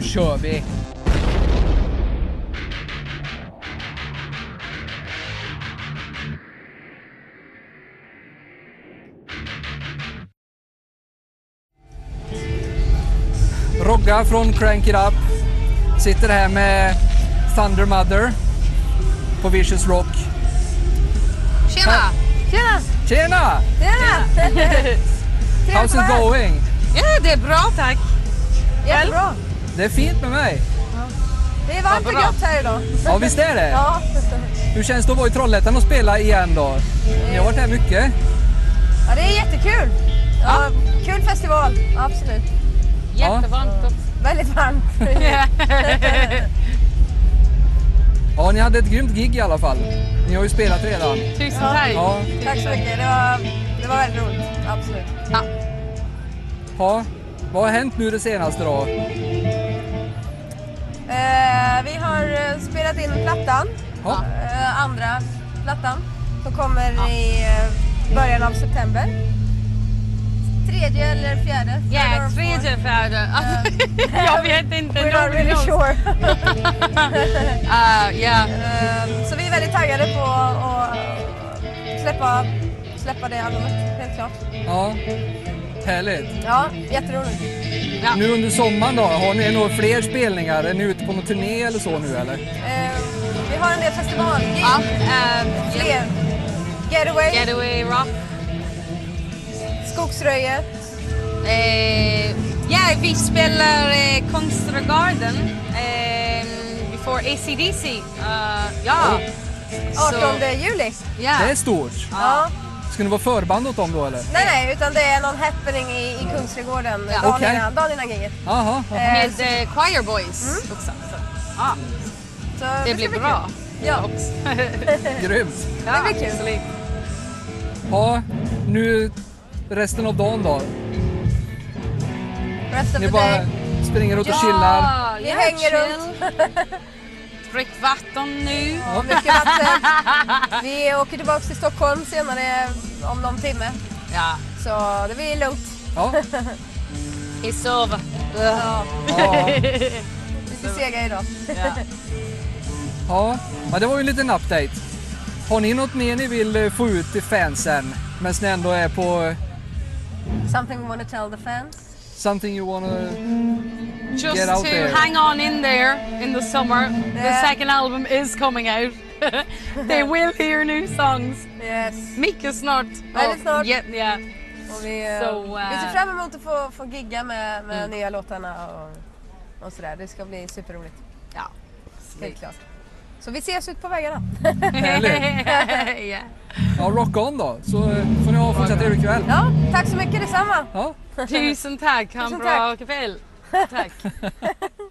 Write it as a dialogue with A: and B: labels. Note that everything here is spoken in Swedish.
A: kör vi! Rogga från Crank It Up. Sitter här med Thunder Mother på Vicious Rock.
B: Tjena!
C: Tjena!
A: Tjena!
C: Tjena!
A: How's it going?
B: Ja, det är bra tack.
C: Jättebra.
A: Det är fint med mig.
C: Det är varmt och
B: Vad bra.
C: gött här idag.
A: Ja, visst är det?
C: Ja,
A: Hur känns det att vara i Trollhättan och spela igen då? Ni har varit här mycket.
C: ja det är jättekul. Ja, kul festival, absolut.
B: Jättevarmt.
C: Väldigt varmt.
A: Ja, ni hade ett grymt gig i alla fall. Ni har ju spelat redan.
B: Tusen tack.
A: Ja,
C: Tack så mycket, det var, det var väldigt roligt. Absolut.
A: ja. Vad har hänt nu det senaste då?
C: Eh, vi har eh, spelat in plattan,
A: Ja.
C: eh, andra plattan, som kommer i eh, början av september. Tredje eller fjärde? Third
B: Ja,
C: or fourth.
B: tredje, fjärde. Jag vet inte.
C: We're not really
B: någon-
C: sure.
B: Ah, ja.
C: Eh, så vi är väldigt taggade på att eh, släppa, släppa det albumet, helt klart.
A: Ja, härligt.
C: Ja, jätteroligt.
B: Ja.
A: Nu under sommaren då, har ni några fler spelningar? Är ni ute på någon turné eller så nu eller?
C: Eh, vi har en del festivalgig,
B: Ja, ehm,
C: fler. Getaway,
B: Getaway Rock.
C: Skogsröjet.
B: Eh, ja, vi spelar eh, Kongstra Garden. Eh, vi får ACDC. Eh,
C: Oh.
B: ja.
C: 18
B: Så,
C: juli.
B: ja.
A: Det är stort.
C: Ja.
A: Ska ni vara förband åt dem då eller?
C: Nej, nej, utan det är någon happening i, i Kungsträdgården
B: Ja.
C: dagen,
A: Okej.
C: innan, dagen innan giget.
A: Jaha,
C: Eh,
B: Med eh, Choir Boys
C: Mm.
B: också. Så, ja,
C: så
B: det
C: ska
B: blir
C: bli
B: bra.
C: kul. Ja,
A: grymt.
B: Ja,
C: blir kul.
B: absolut.
A: Ja, nu resten av dagen då?
C: rest of
A: Ni
C: the
A: bara
C: day.
A: springer ut och chillar?
C: Vi hänger runt.
B: Drick vatten nu.
C: Ja, mycket vatten. Vi åker tillbaka till Stockholm senare om någon timme.
B: Ja.
C: Så det blir lugnt.
A: Ja.
B: It's over.
C: Ja,
A: Ja.
C: vi ska sega idag.
B: Ja.
A: Ja. ja, det var ju en liten update. Har ni något mer ni vill eh, få ut till fansen? Men ni ändå är på eh,
C: Something we wanna tell the fans.
A: something you wanna...
B: Just
A: Get out
B: to
A: there.
B: hang on in there in the summer. The
C: Yeah.
B: second album is coming out. they will hear new songs.
C: Yes.
B: Mycket snart.
C: Väldigt
B: Och-
C: snart.
B: Ja, ja.
C: Och vi, eh,
B: So, eh, Mm.
C: vi ser fram emot att få, få gigga med, med nya låtarna och, och sådär. Det ska bli superroligt,
B: ja.
C: helt klart. Så vi ses ut på vägarna.
A: Härligt.
B: ja.
A: Ja, rock on då, så eh, får ni ha en fortsatt trevlig kväll.
C: Ja, tack så mycket detsamma!
A: Ja.
B: Tusen tack. Ha en
C: Tusen
B: bra kväll. Tack.